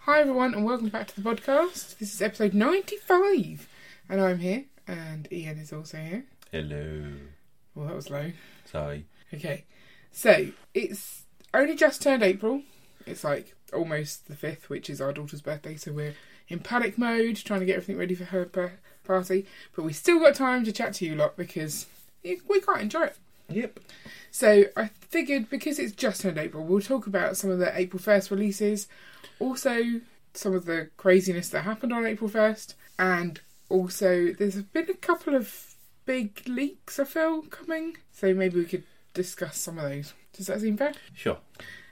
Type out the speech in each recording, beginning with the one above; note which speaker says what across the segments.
Speaker 1: Hi everyone, and welcome back to the podcast. This is episode ninety-five, and I'm here, and Ian is also here.
Speaker 2: Hello.
Speaker 1: Well, that was low.
Speaker 2: Sorry.
Speaker 1: Okay, so it's only just turned April. It's like almost the fifth, which is our daughter's birthday, so we're in panic mode, trying to get everything ready for her per- party. But we still got time to chat to you lot because it- we quite enjoy it.
Speaker 2: Yep.
Speaker 1: So I figured because it's just turned April, we'll talk about some of the April 1st releases, also some of the craziness that happened on April 1st, and also there's been a couple of big leaks, I feel, coming. So maybe we could discuss some of those. Does that seem fair?
Speaker 2: Sure.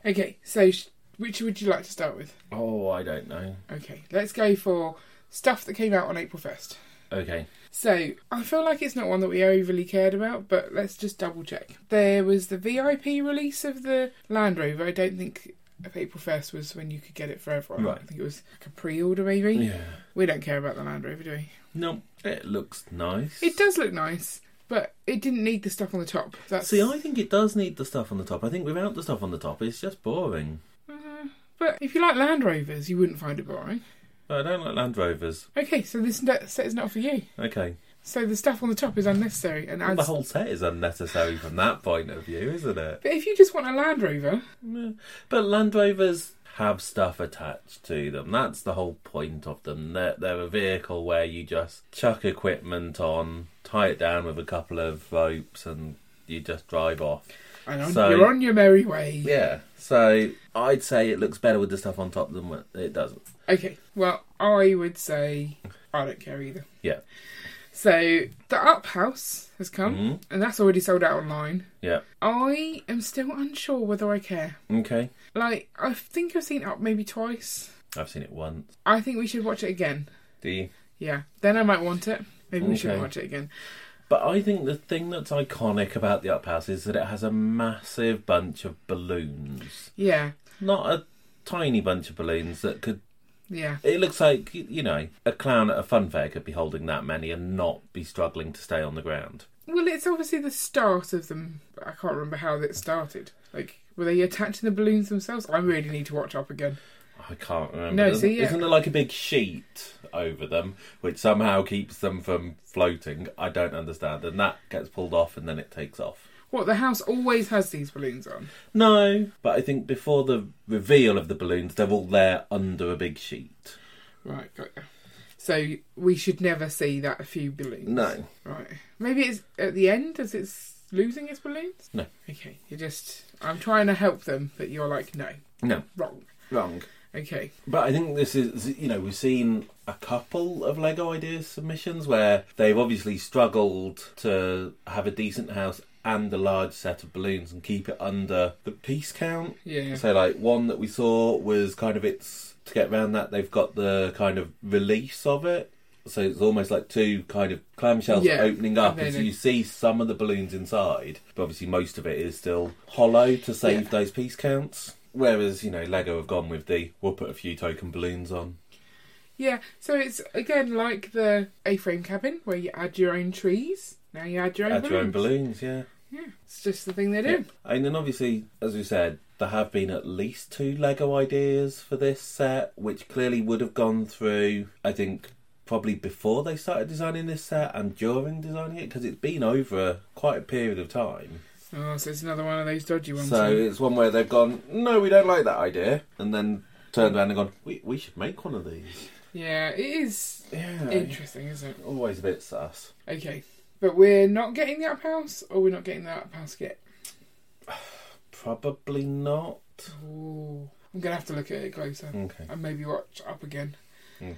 Speaker 1: Okay, so sh- which would you like to start with?
Speaker 2: Oh, I don't know.
Speaker 1: Okay, let's go for stuff that came out on April 1st.
Speaker 2: Okay.
Speaker 1: So, I feel like it's not one that we overly cared about, but let's just double check. There was the VIP release of the Land Rover. I don't think April 1st was when you could get it forever.
Speaker 2: Right.
Speaker 1: I think it was like a pre order, maybe.
Speaker 2: Yeah.
Speaker 1: We don't care about the Land Rover, do we?
Speaker 2: No, it looks nice.
Speaker 1: It does look nice, but it didn't need the stuff on the top. That's,
Speaker 2: See, I think it does need the stuff on the top. I think without the stuff on the top, it's just boring.
Speaker 1: uh, But if you like Land Rovers, you wouldn't find it boring.
Speaker 2: I don't like Land Rovers.
Speaker 1: Okay, so this ne- set is not for you.
Speaker 2: Okay.
Speaker 1: So the stuff on the top is unnecessary and
Speaker 2: Well,
Speaker 1: adds.
Speaker 2: the whole set is unnecessary from that point of view, isn't it?
Speaker 1: but if you just want a Land Rover,
Speaker 2: Yeah. But Land Rovers have stuff attached to them. That's the whole point of them. They're, they're a vehicle where you just chuck equipment on, tie it down with a couple of ropes, and you just drive off.
Speaker 1: and on,
Speaker 2: So-
Speaker 1: you're on your merry way.
Speaker 2: Yeah. So I'd say it looks better with the stuff on top than what it doesn't.
Speaker 1: Okay, well, I would say I don't care either.
Speaker 2: Yeah.
Speaker 1: So the Up House has come,
Speaker 2: Mhm.
Speaker 1: and that's already sold out online.
Speaker 2: Yeah.
Speaker 1: I am still unsure whether I care.
Speaker 2: Okay.
Speaker 1: Like, I think I've seen Up maybe twice.
Speaker 2: I've seen it once.
Speaker 1: I think we should watch it again.
Speaker 2: Do you?
Speaker 1: Yeah, then I might want it. Maybe we should
Speaker 2: Okay.
Speaker 1: watch it again.
Speaker 2: But I think the thing that's iconic about the Up House is that it has a massive bunch of balloons.
Speaker 1: Yeah,
Speaker 2: Not a tiny bunch of balloons that could
Speaker 1: yeah,
Speaker 2: It looks like, you know, a clown at a fun fair could be holding that many and not be struggling to stay on the ground.
Speaker 1: Well, it's obviously the start of them. but I can't remember how that started. Like, were they attaching the balloons themselves? I really need to watch Up again.
Speaker 2: I can't remember.
Speaker 1: No,
Speaker 2: isn't,
Speaker 1: see, yeah.
Speaker 2: isn't there like a big sheet over them which somehow keeps them from floating? I don't understand. And that gets pulled off and then it takes off.
Speaker 1: What, the house always has these balloons on?
Speaker 2: No, but I think before the reveal of the balloons, they're all there under a big sheet.
Speaker 1: Right, got you. So we should never see that a few balloons.
Speaker 2: No.
Speaker 1: Right. Maybe it's at the end as it's losing its balloons?
Speaker 2: No.
Speaker 1: Okay. You're just I'm trying to help them, but you're like, no,
Speaker 2: No,
Speaker 1: wrong.
Speaker 2: wrong.
Speaker 1: Okay.
Speaker 2: But I think this is, you know, we've seen a couple of Lego Ideas submissions where they've obviously struggled to have a decent house and a large set of balloons and keep it under the piece count.
Speaker 1: Yeah.
Speaker 2: So, like, one that we saw was kind of it's to get around that, they've got the kind of release of it. So it's almost like two kind of clamshells
Speaker 1: Yeah.
Speaker 2: opening up,
Speaker 1: And
Speaker 2: and so
Speaker 1: then-
Speaker 2: you see some of the balloons inside, but obviously most of it is still hollow to save
Speaker 1: Yeah.
Speaker 2: those piece counts. Whereas you know Lego have gone with the we'll put a few token balloons on.
Speaker 1: Yeah. So it's again like the A frame cabin where you add your own trees. Now you add your own
Speaker 2: Add
Speaker 1: balloons.
Speaker 2: your own balloons, yeah.
Speaker 1: Yeah. It's just the thing they do.
Speaker 2: Yeah. And then obviously, as we said, there have been at least two Lego ideas for this set, which clearly would have gone through, I think, probably before they started designing this set and during designing it, because it's been over a- quite a period of time.
Speaker 1: Oh, so it's another one of those dodgy ones.
Speaker 2: So it's one where they've gone, no, we don't like that idea, and then turned around and gone, we, we should make one of these.
Speaker 1: yeah, it is
Speaker 2: Yeah.
Speaker 1: interesting, isn't it?
Speaker 2: Always a bit sus.
Speaker 1: Okay. But we're not getting the up house or we're not getting the up house yet.
Speaker 2: Probably not.
Speaker 1: Ooh. I'm gonna have to look at it closer
Speaker 2: Okay.
Speaker 1: and maybe watch up again
Speaker 2: okay.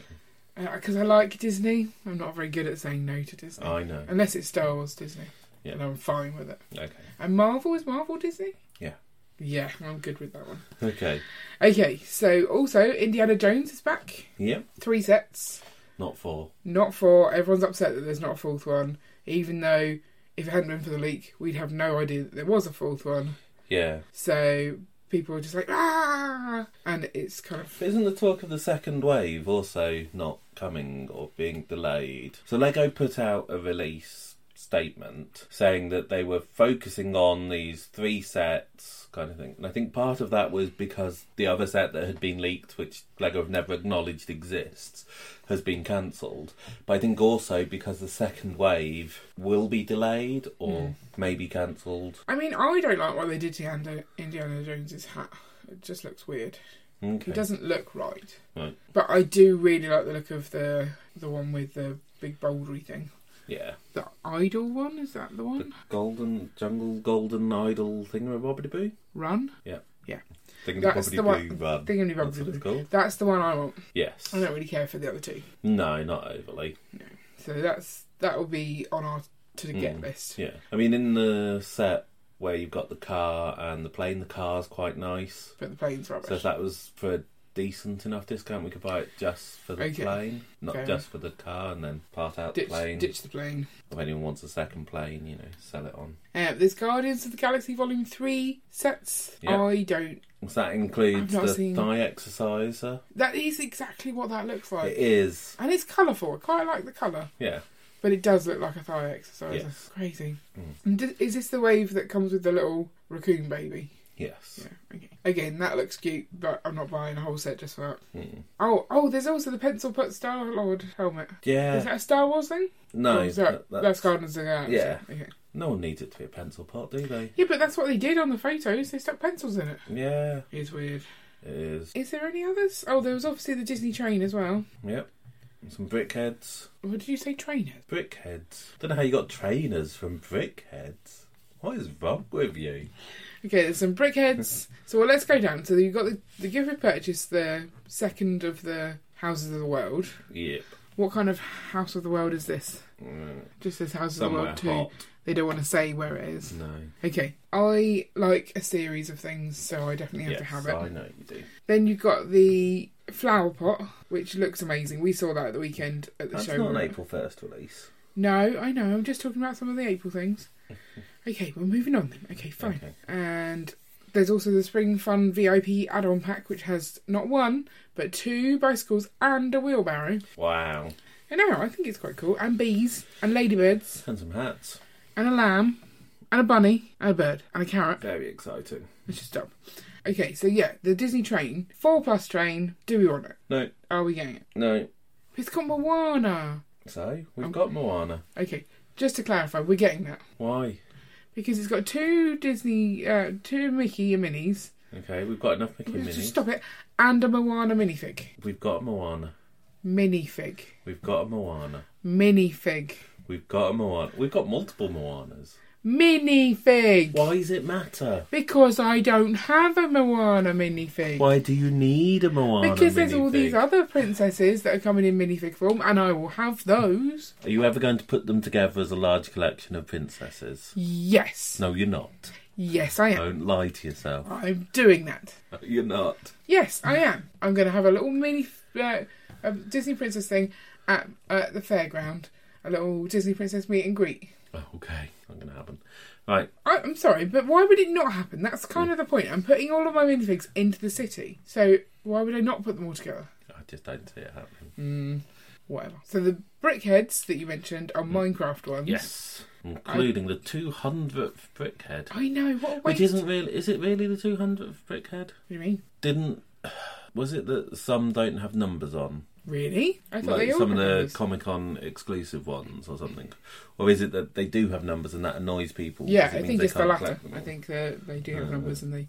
Speaker 1: because I like Disney. I'm not very good at saying no to Disney
Speaker 2: I know.
Speaker 1: unless it's Star Wars Disney,
Speaker 2: Oh, Yeah.
Speaker 1: and I'm fine with it.
Speaker 2: Okay.
Speaker 1: And Marvel is Marvel Disney.
Speaker 2: Yeah.
Speaker 1: Yeah, I'm good with that one.
Speaker 2: Okay.
Speaker 1: Okay, so also Indiana Jones is back.
Speaker 2: Yep.
Speaker 1: Three sets,
Speaker 2: Not four.
Speaker 1: not four. Everyone's upset that there's not a fourth one, even though if it hadn't been for the leak, we'd have no idea that there was a fourth one.
Speaker 2: Yeah.
Speaker 1: So people are just like ah, and it's kind of
Speaker 2: But Isn't the talk of the second wave also not coming or being delayed? So Lego put out a release statement saying that they were focusing on these three sets kind of thing. And I think part of that was because the other set that had been leaked, which Lego have never acknowledged exists, has been cancelled. But I think also because the second wave will be delayed or maybe cancelled.
Speaker 1: I mean, I don't like what they did to Ando- Indiana Jones's hat. It just looks weird.
Speaker 2: Okay.
Speaker 1: It doesn't look right.
Speaker 2: Right.
Speaker 1: But I do really like the look of the the one with the big bouldery thing.
Speaker 2: Yeah.
Speaker 1: The idol one is that the
Speaker 2: The
Speaker 1: one?
Speaker 2: golden jungle golden idol thingamabobbity boo.
Speaker 1: Run. That's the
Speaker 2: Thingamabobbity boo run.
Speaker 1: Thinking about
Speaker 2: That's what it's uh, called.
Speaker 1: that's the one I want.
Speaker 2: Yes.
Speaker 1: I don't really care for the other two.
Speaker 2: No, not overly.
Speaker 1: So that's that will be on our to the get
Speaker 2: Mm.
Speaker 1: list.
Speaker 2: Yeah. I mean, in the set where you've got the car and the plane, the car's quite nice.
Speaker 1: But the plane's rubbish.
Speaker 2: So if that was for a decent enough discount, we could buy it just for the
Speaker 1: Okay.
Speaker 2: plane, not
Speaker 1: Fair
Speaker 2: just for the car, and then part out
Speaker 1: ditch,
Speaker 2: the plane.
Speaker 1: ditch the plane.
Speaker 2: If anyone wants a second plane, you know, sell it on.
Speaker 1: Uh, there's Guardians of the Galaxy Volume Three sets.
Speaker 2: Yeah.
Speaker 1: I don't.
Speaker 2: So that includes
Speaker 1: I've not
Speaker 2: the
Speaker 1: seen-
Speaker 2: thigh exerciser.
Speaker 1: That is exactly what that looks like,
Speaker 2: It is,
Speaker 1: and it's colourful. I quite like the colour,
Speaker 2: yeah.
Speaker 1: but it does look like a thigh exercise.
Speaker 2: Yes.
Speaker 1: That's Crazy.
Speaker 2: Mm.
Speaker 1: And di- is this the wave that comes with the little raccoon baby?
Speaker 2: Yes.
Speaker 1: Yeah. Okay. Again, that looks cute, but I'm not buying a whole set just for that.
Speaker 2: Mm.
Speaker 1: Oh, oh, there's also the pencil put Star Lord helmet.
Speaker 2: Yeah.
Speaker 1: Is that a Star Wars thing?
Speaker 2: No,
Speaker 1: Or is that,
Speaker 2: that- that's-
Speaker 1: that's Guardians of the Galaxy.
Speaker 2: Yeah.
Speaker 1: Okay.
Speaker 2: no one needs it to be a pencil pot, do they?
Speaker 1: Yeah, but that's what they did on the photos. They stuck pencils in it.
Speaker 2: Yeah,
Speaker 1: It's weird.
Speaker 2: it is.
Speaker 1: Is there any others? Oh, there was obviously the Disney train as well.
Speaker 2: Yep. Some brickheads.
Speaker 1: What did you say, trainers?
Speaker 2: Brickheads. Don't know how you got trainers from brickheads. What is wrong with you?
Speaker 1: Okay, there's some brickheads. so well, let's go down. So you've got the, the gift of purchase, the second of the houses of the world.
Speaker 2: Yep.
Speaker 1: What kind of house of the world is this?
Speaker 2: Mm,
Speaker 1: Just says house of the
Speaker 2: Somewhere
Speaker 1: world two.
Speaker 2: hot. Mm-hmm.
Speaker 1: They don't want to say where it is.
Speaker 2: No.
Speaker 1: Okay, I like a series of things, so I definitely have
Speaker 2: Yes,
Speaker 1: to have it.
Speaker 2: I know you do.
Speaker 1: Then you've got the flower pot, which looks amazing. We saw that at the weekend at the
Speaker 2: That's
Speaker 1: show.
Speaker 2: not an April 1st release.
Speaker 1: No, I know. I'm just talking about some of the April things. Okay, we're moving on then. Okay, fine.
Speaker 2: Okay.
Speaker 1: And there's also the Spring Fun VIP add-on pack, which has not one but two bicycles and a wheelbarrow.
Speaker 2: Wow.
Speaker 1: I know. I think it's quite cool. And bees and ladybirds
Speaker 2: And some hats.
Speaker 1: and a lamb and a bunny and a bird and a carrot.
Speaker 2: Very exciting.
Speaker 1: Let's just stop. Okay, so yeah, the Disney train, four plus train. Do we want it?
Speaker 2: No,
Speaker 1: Are we getting it?
Speaker 2: no.
Speaker 1: It's got Moana.
Speaker 2: So, we've
Speaker 1: Um,
Speaker 2: got Moana.
Speaker 1: Okay, just to clarify, we're getting that
Speaker 2: Why?
Speaker 1: because it's got two Disney, uh, two Mickey and Minis.
Speaker 2: Okay, we've got enough Mickey
Speaker 1: Just
Speaker 2: Minis.
Speaker 1: stop it. And a Moana minifig.
Speaker 2: We've got a Moana.
Speaker 1: Minifig.
Speaker 2: We've got a Moana.
Speaker 1: Minifig.
Speaker 2: We've got a Moana. We've got multiple Moanas.
Speaker 1: Minifig.
Speaker 2: Why does it matter?
Speaker 1: Because I don't have a Moana minifig.
Speaker 2: Why do you need a Moana?
Speaker 1: Because there's all these
Speaker 2: minifig?
Speaker 1: other princesses that are coming in minifig form, and I will have those.
Speaker 2: Are you ever going to put them together as a large collection of princesses?
Speaker 1: Yes.
Speaker 2: No, you're not.
Speaker 1: Yes, I am.
Speaker 2: Don't lie to yourself.
Speaker 1: I'm doing that.
Speaker 2: No, you're not.
Speaker 1: Yes,
Speaker 2: Mm.
Speaker 1: I am. I'm going to have a little mini uh, a Disney princess thing at, at the fairground. A little Disney princess meet and greet.
Speaker 2: Oh, okay, not going to happen. Right,
Speaker 1: I, I'm sorry, but why would it not happen? That's
Speaker 2: Mm.
Speaker 1: kind of the point. I'm putting all of my minifigs into the city, so why would I not put them all together?
Speaker 2: I just don't see it happening.
Speaker 1: Mm, whatever. So the brickheads that you mentioned are Minecraft ones.
Speaker 2: Mm. Yes, including the two hundredth brickhead,
Speaker 1: I know. What a
Speaker 2: which
Speaker 1: waste.
Speaker 2: isn't really. Is it really the two hundredth brickhead?
Speaker 1: What do you mean?
Speaker 2: Didn't. Was it that some don't have numbers on?
Speaker 1: Really? I thought
Speaker 2: like
Speaker 1: they all
Speaker 2: some of
Speaker 1: had
Speaker 2: the
Speaker 1: those.
Speaker 2: Comic Con exclusive ones or something? Or is it that they do have numbers and that annoys people?
Speaker 1: Yeah,
Speaker 2: because it
Speaker 1: I
Speaker 2: means
Speaker 1: think
Speaker 2: they
Speaker 1: it's the
Speaker 2: can't
Speaker 1: latter.
Speaker 2: collect them
Speaker 1: I
Speaker 2: all?
Speaker 1: think that they do have
Speaker 2: Uh,
Speaker 1: numbers and they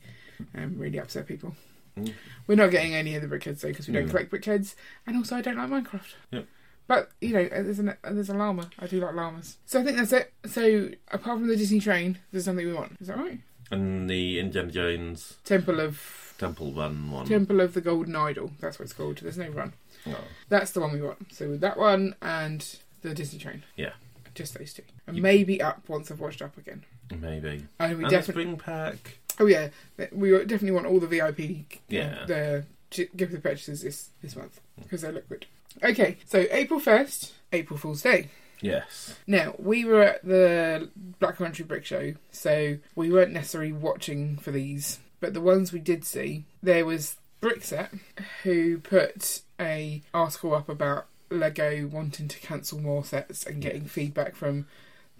Speaker 1: um, really upset people.
Speaker 2: Mm.
Speaker 1: We're not getting any of the brickheads though because we don't
Speaker 2: Mm.
Speaker 1: collect brickheads, and also I don't like Minecraft.
Speaker 2: Yep.
Speaker 1: But you know, uh, there's an, uh, there's a llama. I do like llamas. So I think that's it. So apart from the Disney train, there's something we want. Is that right?
Speaker 2: And the Indiana Jones
Speaker 1: Temple of
Speaker 2: Temple Run one.
Speaker 1: Temple of the Golden Idol. That's what it's called. There's no run.
Speaker 2: Oh.
Speaker 1: That's the one we want. So with that one and the Disney train.
Speaker 2: Yeah.
Speaker 1: Just those two, and
Speaker 2: You-
Speaker 1: maybe up once I've watched up again.
Speaker 2: Maybe.
Speaker 1: And we
Speaker 2: and the
Speaker 1: definitely.
Speaker 2: spring pack.
Speaker 1: Oh yeah, th- we definitely want all the VIP.
Speaker 2: Yeah.
Speaker 1: uh, The gi- gift of purchases this this month because they look good. Okay, so April first, April Fool's Day.
Speaker 2: Yes.
Speaker 1: Now we were at the Black Country Brick Show, so we weren't necessarily watching for these, but the ones we did see, there was Brickset who put a article up about Lego wanting to cancel more sets and getting feedback from.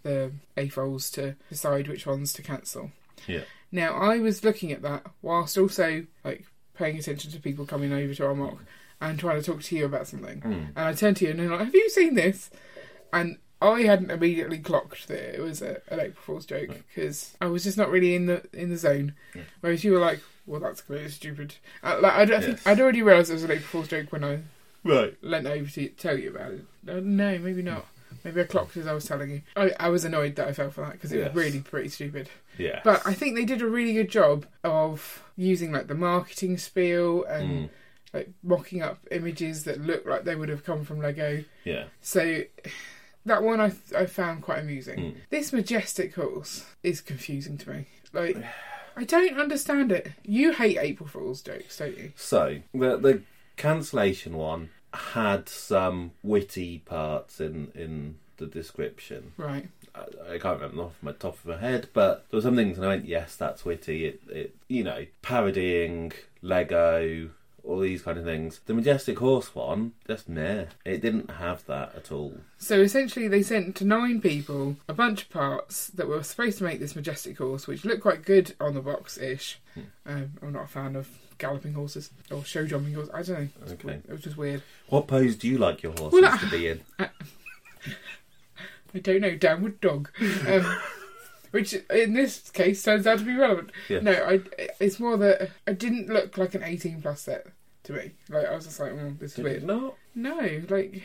Speaker 1: the AFOLs to decide which ones to cancel.
Speaker 2: Yeah.
Speaker 1: Now I was looking at that whilst also like paying attention to people coming over to our mock and trying to talk to you about something.
Speaker 2: Mm.
Speaker 1: And I turned to you and I'm like, "Have you seen this?" And I hadn't immediately clocked that it was a, an April Fool's joke because I was just not really in the in the zone. Whereas you were like, "Well, that's clearly stupid." Uh, like, I'd, I think
Speaker 2: Yes.
Speaker 1: I'd already realised it was an April Fool's joke when I
Speaker 2: Right.
Speaker 1: leant over to tell you about it. Uh, no, maybe not. Maybe I clocked as I was telling you. I, I was annoyed that I fell for that because it
Speaker 2: Yes.
Speaker 1: was really pretty stupid.
Speaker 2: Yeah.
Speaker 1: But I think they did a really good job of using like the marketing spiel
Speaker 2: Mm.
Speaker 1: and like mocking up images that look like they would have come from Lego.
Speaker 2: yeah.
Speaker 1: So that one I, I found quite amusing.
Speaker 2: Hmm. Mm.
Speaker 1: This majestic horse is confusing to me. Like I don't understand it. You hate April Fool's jokes, don't you?
Speaker 2: So the the cancellation one had some witty parts in in the description.
Speaker 1: Right.
Speaker 2: I, I can't remember them off my top of my head, but there were some things and I went, yes, that's witty. It, it you know, parodying Lego, all these kind of things. The majestic horse one, just meh. It didn't have that at all.
Speaker 1: So essentially, they sent to nine people a bunch of parts that were supposed to make this majestic horse, which looked quite good on the box ish. Um, I'm not a fan of galloping horses or show jumping horses. I don't know. It's
Speaker 2: Okay.
Speaker 1: weird. It was just weird.
Speaker 2: What pose do you like your horses
Speaker 1: Well, I-
Speaker 2: to be in?
Speaker 1: I don't know. Downward dog. Um, Which in this case turns out to be relevant.
Speaker 2: Yes.
Speaker 1: No, I, it's more that I didn't look like an 18 plus set to me. Like I was just like, mm, this is
Speaker 2: Did it
Speaker 1: weird.
Speaker 2: not?
Speaker 1: No, like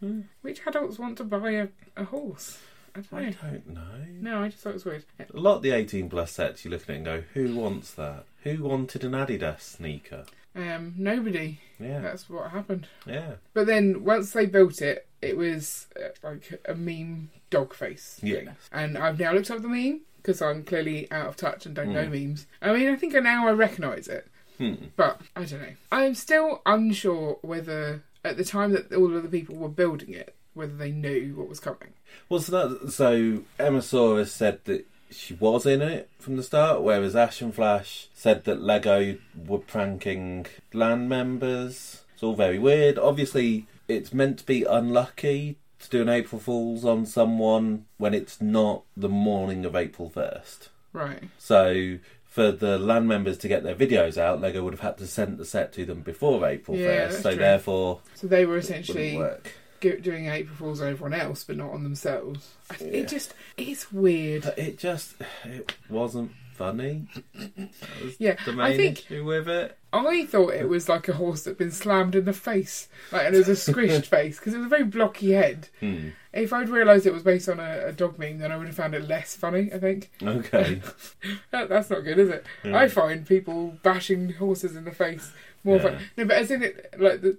Speaker 2: Hmm.
Speaker 1: which adults want to buy a, a horse? I don't
Speaker 2: I
Speaker 1: know.
Speaker 2: don't know.
Speaker 1: No, I just thought it was weird.
Speaker 2: A lot of the 18 plus sets you look at it and go, who wants that? Who wanted an Adidas sneaker?
Speaker 1: Um, nobody.
Speaker 2: Yeah,
Speaker 1: That's what happened.
Speaker 2: yeah,
Speaker 1: But then once they built it, it was uh, like a meme dog face.
Speaker 2: yeah.
Speaker 1: thing. And I've now looked up the meme because I'm clearly out of touch and don't know
Speaker 2: Mm.
Speaker 1: memes. I mean, I think now I recognise it,
Speaker 2: Hmm.
Speaker 1: but I don't know. I'm still unsure whether at the time that all of the people were building it, whether they knew what was coming.
Speaker 2: Well, so, that, so Emma Saurus said that she was in it from the start, whereas Ash and Flash said that Lego were pranking land members. It's all very weird. Obviously, it's meant to be unlucky to do an April Fool's on someone when it's not the morning of April 1st.
Speaker 1: Right.
Speaker 2: So for the land members to get their videos out, Lego would have had to send the set to them before April
Speaker 1: Yeah,
Speaker 2: first.
Speaker 1: that's
Speaker 2: So
Speaker 1: true.
Speaker 2: therefore,
Speaker 1: So they were
Speaker 2: it wouldn't
Speaker 1: essentially
Speaker 2: work.
Speaker 1: gi- doing April Fools on everyone else, but not on themselves. I th-
Speaker 2: Yeah.
Speaker 1: It just, it's weird.
Speaker 2: But it just it wasn't funny. That was
Speaker 1: Yeah,
Speaker 2: the
Speaker 1: I
Speaker 2: main
Speaker 1: think
Speaker 2: issue with it.
Speaker 1: I thought it was like a horse that'd been slammed in the face, like and it was a squished face because it was a very blocky head.
Speaker 2: Hmm.
Speaker 1: If I'd realised it was based on a, a dog meme, then I would have found it less funny. I think
Speaker 2: Okay. Hmm.
Speaker 1: that, that's not good, is it?
Speaker 2: Yeah.
Speaker 1: I find people bashing horses in the face more
Speaker 2: Yeah.
Speaker 1: fun. No, but as in it, like the,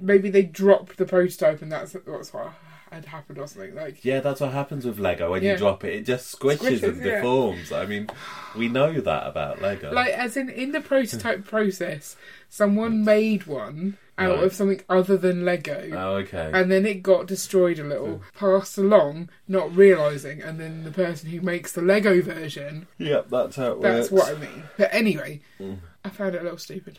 Speaker 1: maybe they dropped the prototype and that's that's what had happened or something. Like
Speaker 2: yeah, that's what happens with Lego when you
Speaker 1: Yeah.
Speaker 2: drop it. It just squishes,
Speaker 1: Squishes,
Speaker 2: and
Speaker 1: yeah.
Speaker 2: deforms. I mean, we know that about Lego.
Speaker 1: like as in in the prototype process, someone made one out
Speaker 2: Right.
Speaker 1: of something other than Lego.
Speaker 2: oh, okay.
Speaker 1: and then it got destroyed a little, passed along, not realizing, and then the person who makes the Lego version,
Speaker 2: yep, that's how it
Speaker 1: that's
Speaker 2: works. Hmm.
Speaker 1: what I mean. But anyway, I found it a little stupid.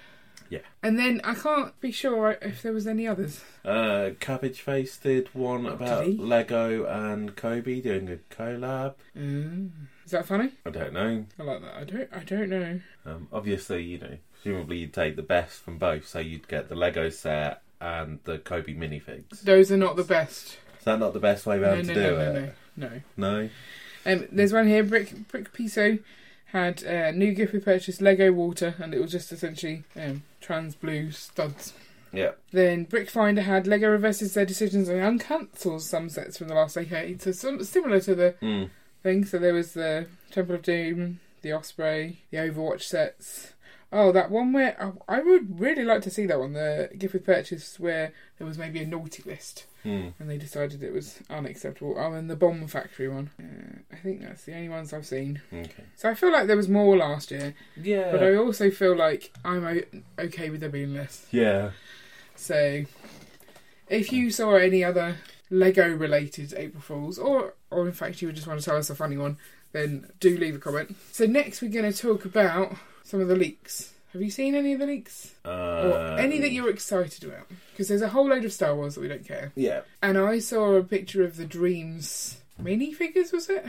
Speaker 2: Yeah.
Speaker 1: And then I can't be sure if there was any others.
Speaker 2: Uh, Cabbage Face did one about
Speaker 1: he?
Speaker 2: Lego and Kobe doing a collab.
Speaker 1: Mm. Is that funny?
Speaker 2: I don't know.
Speaker 1: I like that. I don't. I don't know.
Speaker 2: Um, obviously, you know, presumably you'd take the best from both, so you'd get the Lego set and the Kobe minifigs.
Speaker 1: Those are not the best.
Speaker 2: Is that not the best way
Speaker 1: No, no,
Speaker 2: round
Speaker 1: no,
Speaker 2: to do
Speaker 1: no,
Speaker 2: it?
Speaker 1: no, no.
Speaker 2: no.
Speaker 1: Um, there's one here. Brick Brick Piso had a new gift we purchased Lego water, and it was just essentially um, trans blue studs.
Speaker 2: Yeah.
Speaker 1: Then Brickfinder had Lego reverses their decisions and uncancels some sets from the last decade. So some, similar to the
Speaker 2: Mm.
Speaker 1: thing. So there was the Temple of Doom, the Osprey, the Overwatch sets. Oh, that one where I, I would really like to see that one. The gift with purchase where there was maybe a naughty list
Speaker 2: Mm.
Speaker 1: and they decided it was unacceptable. Oh, and the Bomb Factory one. Uh, I think that's the only ones I've seen.
Speaker 2: Okay.
Speaker 1: So I feel like there was more last year,
Speaker 2: Yeah.
Speaker 1: but I also feel like I'm o- okay with there being less.
Speaker 2: Yeah.
Speaker 1: So, if you saw any other Lego related April Fools, or or in fact you would just want to tell us a funny one, then do leave a comment. So next we're going to talk about some of the leaks. Have you seen any of the leaks, or
Speaker 2: Uh,
Speaker 1: any that you're excited about? Because there's a whole load of Star Wars that we don't care.
Speaker 2: Yeah.
Speaker 1: And I saw a picture of the Dreams minifigures, was it?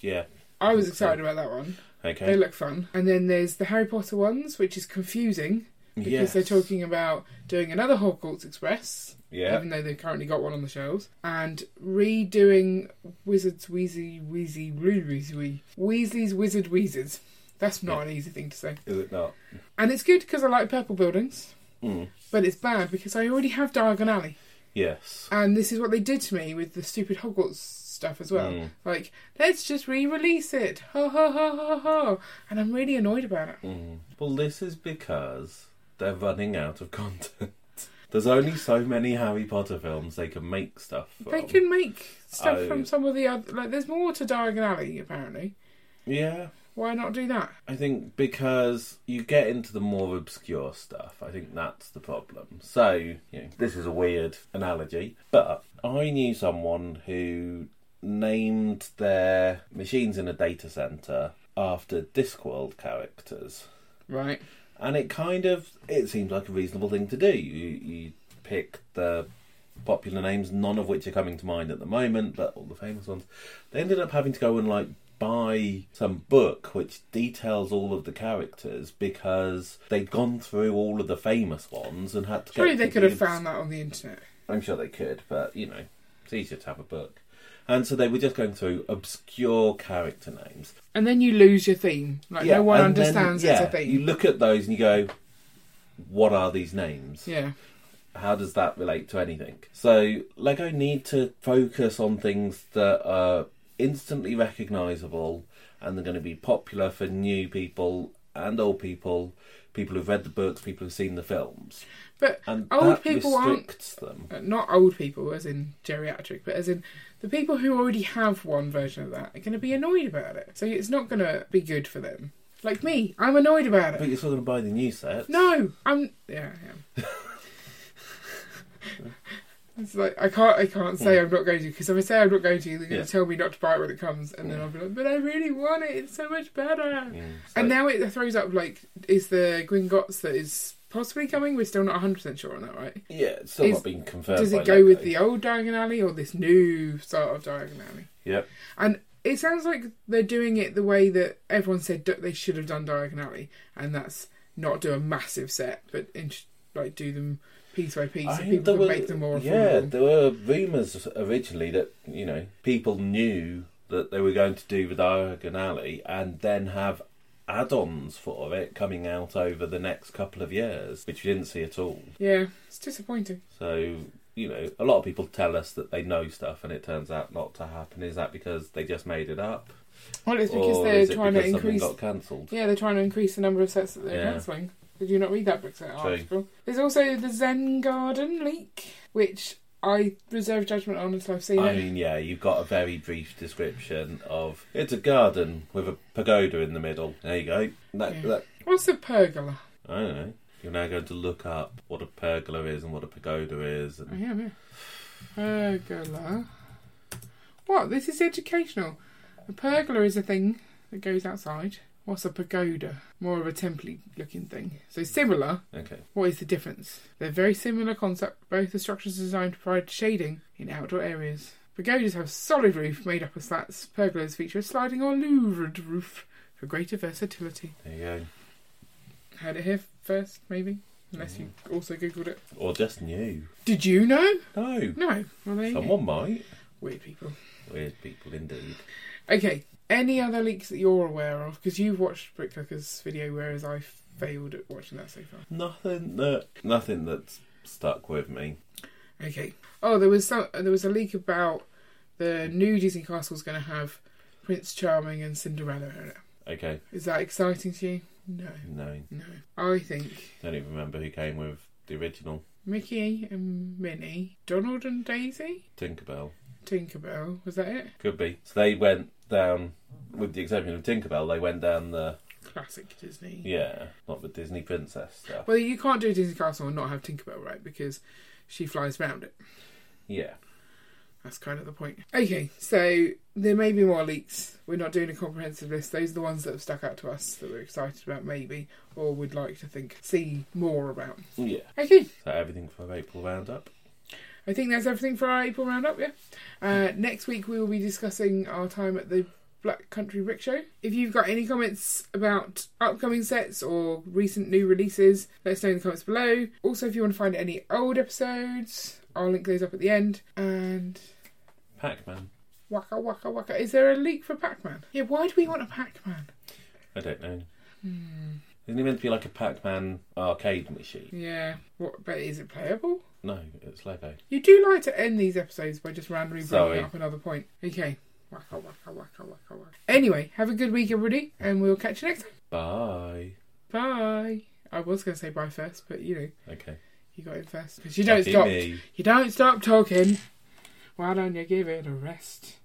Speaker 2: Yeah.
Speaker 1: I was
Speaker 2: think so.
Speaker 1: excited about that one. They
Speaker 2: Okay.
Speaker 1: look fun. And then there's the Harry Potter ones, which is confusing because
Speaker 2: Yes.
Speaker 1: they're talking about doing another Hogwarts Express,
Speaker 2: Yeah.
Speaker 1: even though they've currently got one on the shelves, and redoing Wizards Wheezy Wheezy Wee Wheezy Wee Weasley's Wizard Wheezers. That's not an easy thing to say.
Speaker 2: Is it not?
Speaker 1: And it's good because I like purple buildings,
Speaker 2: Mm.
Speaker 1: but it's bad because I already have Diagon Alley.
Speaker 2: Yes.
Speaker 1: And this is what they did to me with the stupid Hogwarts stuff as well.
Speaker 2: Mm.
Speaker 1: Like, let's just re release it. Ha ha ha ha ha. And I'm really annoyed about it.
Speaker 2: Mm. Well, this is because they're running out of content. There's only so many Harry Potter films they can make stuff from.
Speaker 1: They can make stuff
Speaker 2: I-
Speaker 1: from some of the other. Like, there's more to Diagon Alley, apparently.
Speaker 2: Yeah.
Speaker 1: Why not do that?
Speaker 2: I think because you get into the more obscure stuff. I think that's the problem. So, you know, this is a weird analogy, but I knew someone who named their machines in a data center after Discworld characters.
Speaker 1: Right.
Speaker 2: And it kind of it seems like a reasonable thing to do. You you pick the popular names, none of which are coming to mind at the moment, but all the famous ones. They ended up having to go and like buy some book which details all of the characters because they'd gone through all of the famous ones and had to.
Speaker 1: Surely
Speaker 2: get
Speaker 1: they
Speaker 2: to
Speaker 1: could
Speaker 2: the
Speaker 1: have
Speaker 2: obs-
Speaker 1: found that on the internet.
Speaker 2: I'm sure they could, but you know, it's easier to have a book. And so they were just going through obscure character names.
Speaker 1: And then you lose your theme. Like, Uh, no one
Speaker 2: and then,
Speaker 1: understands
Speaker 2: yeah,
Speaker 1: it's a theme.
Speaker 2: You look at those and you go, "What are these names?
Speaker 1: yeah.
Speaker 2: How does that relate to anything?" So Lego need to focus on things that are instantly recognisable and they're going to be popular for new people and old people, people who've read the books, people who've seen the films,
Speaker 1: But
Speaker 2: and
Speaker 1: old
Speaker 2: that
Speaker 1: people aren't
Speaker 2: restricts them.
Speaker 1: Uh, not old people, as in geriatric, but as in the people who already have one version of that are going to be annoyed about it. So it's not going to be good for them. Like me, I'm annoyed about
Speaker 2: But
Speaker 1: it.
Speaker 2: you're still going to buy the new set.
Speaker 1: No, I'm. Yeah, I am. it's like I can't. I can't say I'm not going to because if I say I'm not going to, they're going to
Speaker 2: Yeah.
Speaker 1: tell me not to buy it when it comes, and then I'll be like, "But I really want it. It's so much better."
Speaker 2: Mm, it's
Speaker 1: And
Speaker 2: like-
Speaker 1: now it throws up like, is the Gringotts that is possibly coming? We're still not 100 percent sure on that, right?
Speaker 2: yeah, it's still
Speaker 1: is-
Speaker 2: not being confirmed.
Speaker 1: Does
Speaker 2: by
Speaker 1: it go with
Speaker 2: Lego.
Speaker 1: the old Diagon Alley or this new start of Diagon Alley?
Speaker 2: Yep.
Speaker 1: And it sounds like they're doing it the way that everyone said that they should have done Diagon Alley, and that's not do a massive set, but in, like do them piece by piece,
Speaker 2: I
Speaker 1: so
Speaker 2: think
Speaker 1: people
Speaker 2: there
Speaker 1: can
Speaker 2: were-
Speaker 1: make them more
Speaker 2: Yeah,
Speaker 1: affordable.
Speaker 2: there were rumours originally that you know people knew that they were going to do the Diagon Alley and then have add-ons for it coming out over the next couple of years, which we didn't see at all.
Speaker 1: yeah, it's disappointing.
Speaker 2: So you know, a lot of people tell us that they know stuff, and it turns out not to happen. Is that because they just made it up,
Speaker 1: Well, it's because
Speaker 2: or
Speaker 1: they're
Speaker 2: is it
Speaker 1: trying
Speaker 2: because
Speaker 1: to
Speaker 2: something
Speaker 1: increase.
Speaker 2: got cancelled?
Speaker 1: Yeah, they're trying to increase the number of sets that they're
Speaker 2: Yeah.
Speaker 1: cancelling. Did you not read that book set
Speaker 2: True.
Speaker 1: article? There's also the Zen Garden leak, which I reserve judgment on until I've seen
Speaker 2: I
Speaker 1: it.
Speaker 2: mean, yeah, you've got a very brief description of it's a garden with a pagoda in the middle. There you go. That,
Speaker 1: Yeah.
Speaker 2: that
Speaker 1: What's the pergola?
Speaker 2: I don't know. You're now going to look up what a pergola is and what a pagoda is.
Speaker 1: I
Speaker 2: And...
Speaker 1: am, yeah. Pergola. What? This is educational. A pergola is a thing that goes outside. What's a pagoda? More of a temple looking thing. So similar.
Speaker 2: Okay.
Speaker 1: What is the difference? They're very similar concept. Both the structures designed to provide shading in outdoor areas. Pagodas have solid roof made up of slats. Pergolas feature a sliding or louvered roof for greater versatility.
Speaker 2: There you go.
Speaker 1: Heard it here first, maybe. Unless you also googled it.
Speaker 2: Or just new.
Speaker 1: Did you know?
Speaker 2: No.
Speaker 1: No. Well, there you go.
Speaker 2: Someone might.
Speaker 1: Weird people.
Speaker 2: Weird people indeed.
Speaker 1: Okay. Any other leaks that you're aware of? Because you've watched Brick Cooker's video, whereas I failed at watching that so far.
Speaker 2: Nothing that. Nothing that's stuck with me.
Speaker 1: Okay. Oh, there was some. There was a leak about the new Disney Castle's going to have Prince Charming and Cinderella in it.
Speaker 2: Okay.
Speaker 1: Is that exciting to you? No,
Speaker 2: No.
Speaker 1: no. I think
Speaker 2: Don't even remember who came with the original
Speaker 1: Mickey and Minnie, Donald and Daisy,
Speaker 2: Tinkerbell.
Speaker 1: Tinkerbell. Was that it?
Speaker 2: Could be. So they went down, with the exception of Tinkerbell, they went down the.
Speaker 1: Classic Disney.
Speaker 2: Yeah, not the Disney princess stuff.
Speaker 1: Well, you can't do Disney Castle and not have Tinkerbell, right? Because she flies round it.
Speaker 2: Yeah.
Speaker 1: That's kind of the point. Okay, so there may be more leaks. We're not doing a comprehensive list. Those are the ones that have stuck out to us that we're excited about, maybe, or would like to think see more about.
Speaker 2: Yeah.
Speaker 1: Okay,
Speaker 2: So everything for April Roundup.
Speaker 1: I think that's everything for our April roundup. Yeah. Uh, next week we will be discussing our time at the Black Country Brick Show. If you've got any comments about upcoming sets or recent new releases, let us know in the comments below. Also, if you want to find any old episodes, I'll link those up at the end. And
Speaker 2: Pac Man.
Speaker 1: waka waka waka. Is there a leak for Pac Man? Yeah. Why do we want a Pac Man?
Speaker 2: I don't know. Isn't it meant to be like a Pac Man arcade machine?
Speaker 1: Yeah. What? But is it playable?
Speaker 2: No, it's Lego.
Speaker 1: You do like to end these episodes by just randomly bringing
Speaker 2: Sorry.
Speaker 1: up another point. Okay. Waka waka waka waka waka. Anyway, have a good week, everybody, and we'll catch you next time.
Speaker 2: Bye.
Speaker 1: Bye. I was going to say bye first, but you know,
Speaker 2: Okay.
Speaker 1: you got in first. Because you don't
Speaker 2: Lucky
Speaker 1: stop.
Speaker 2: me.
Speaker 1: You don't stop talking. Why don't you give it a rest?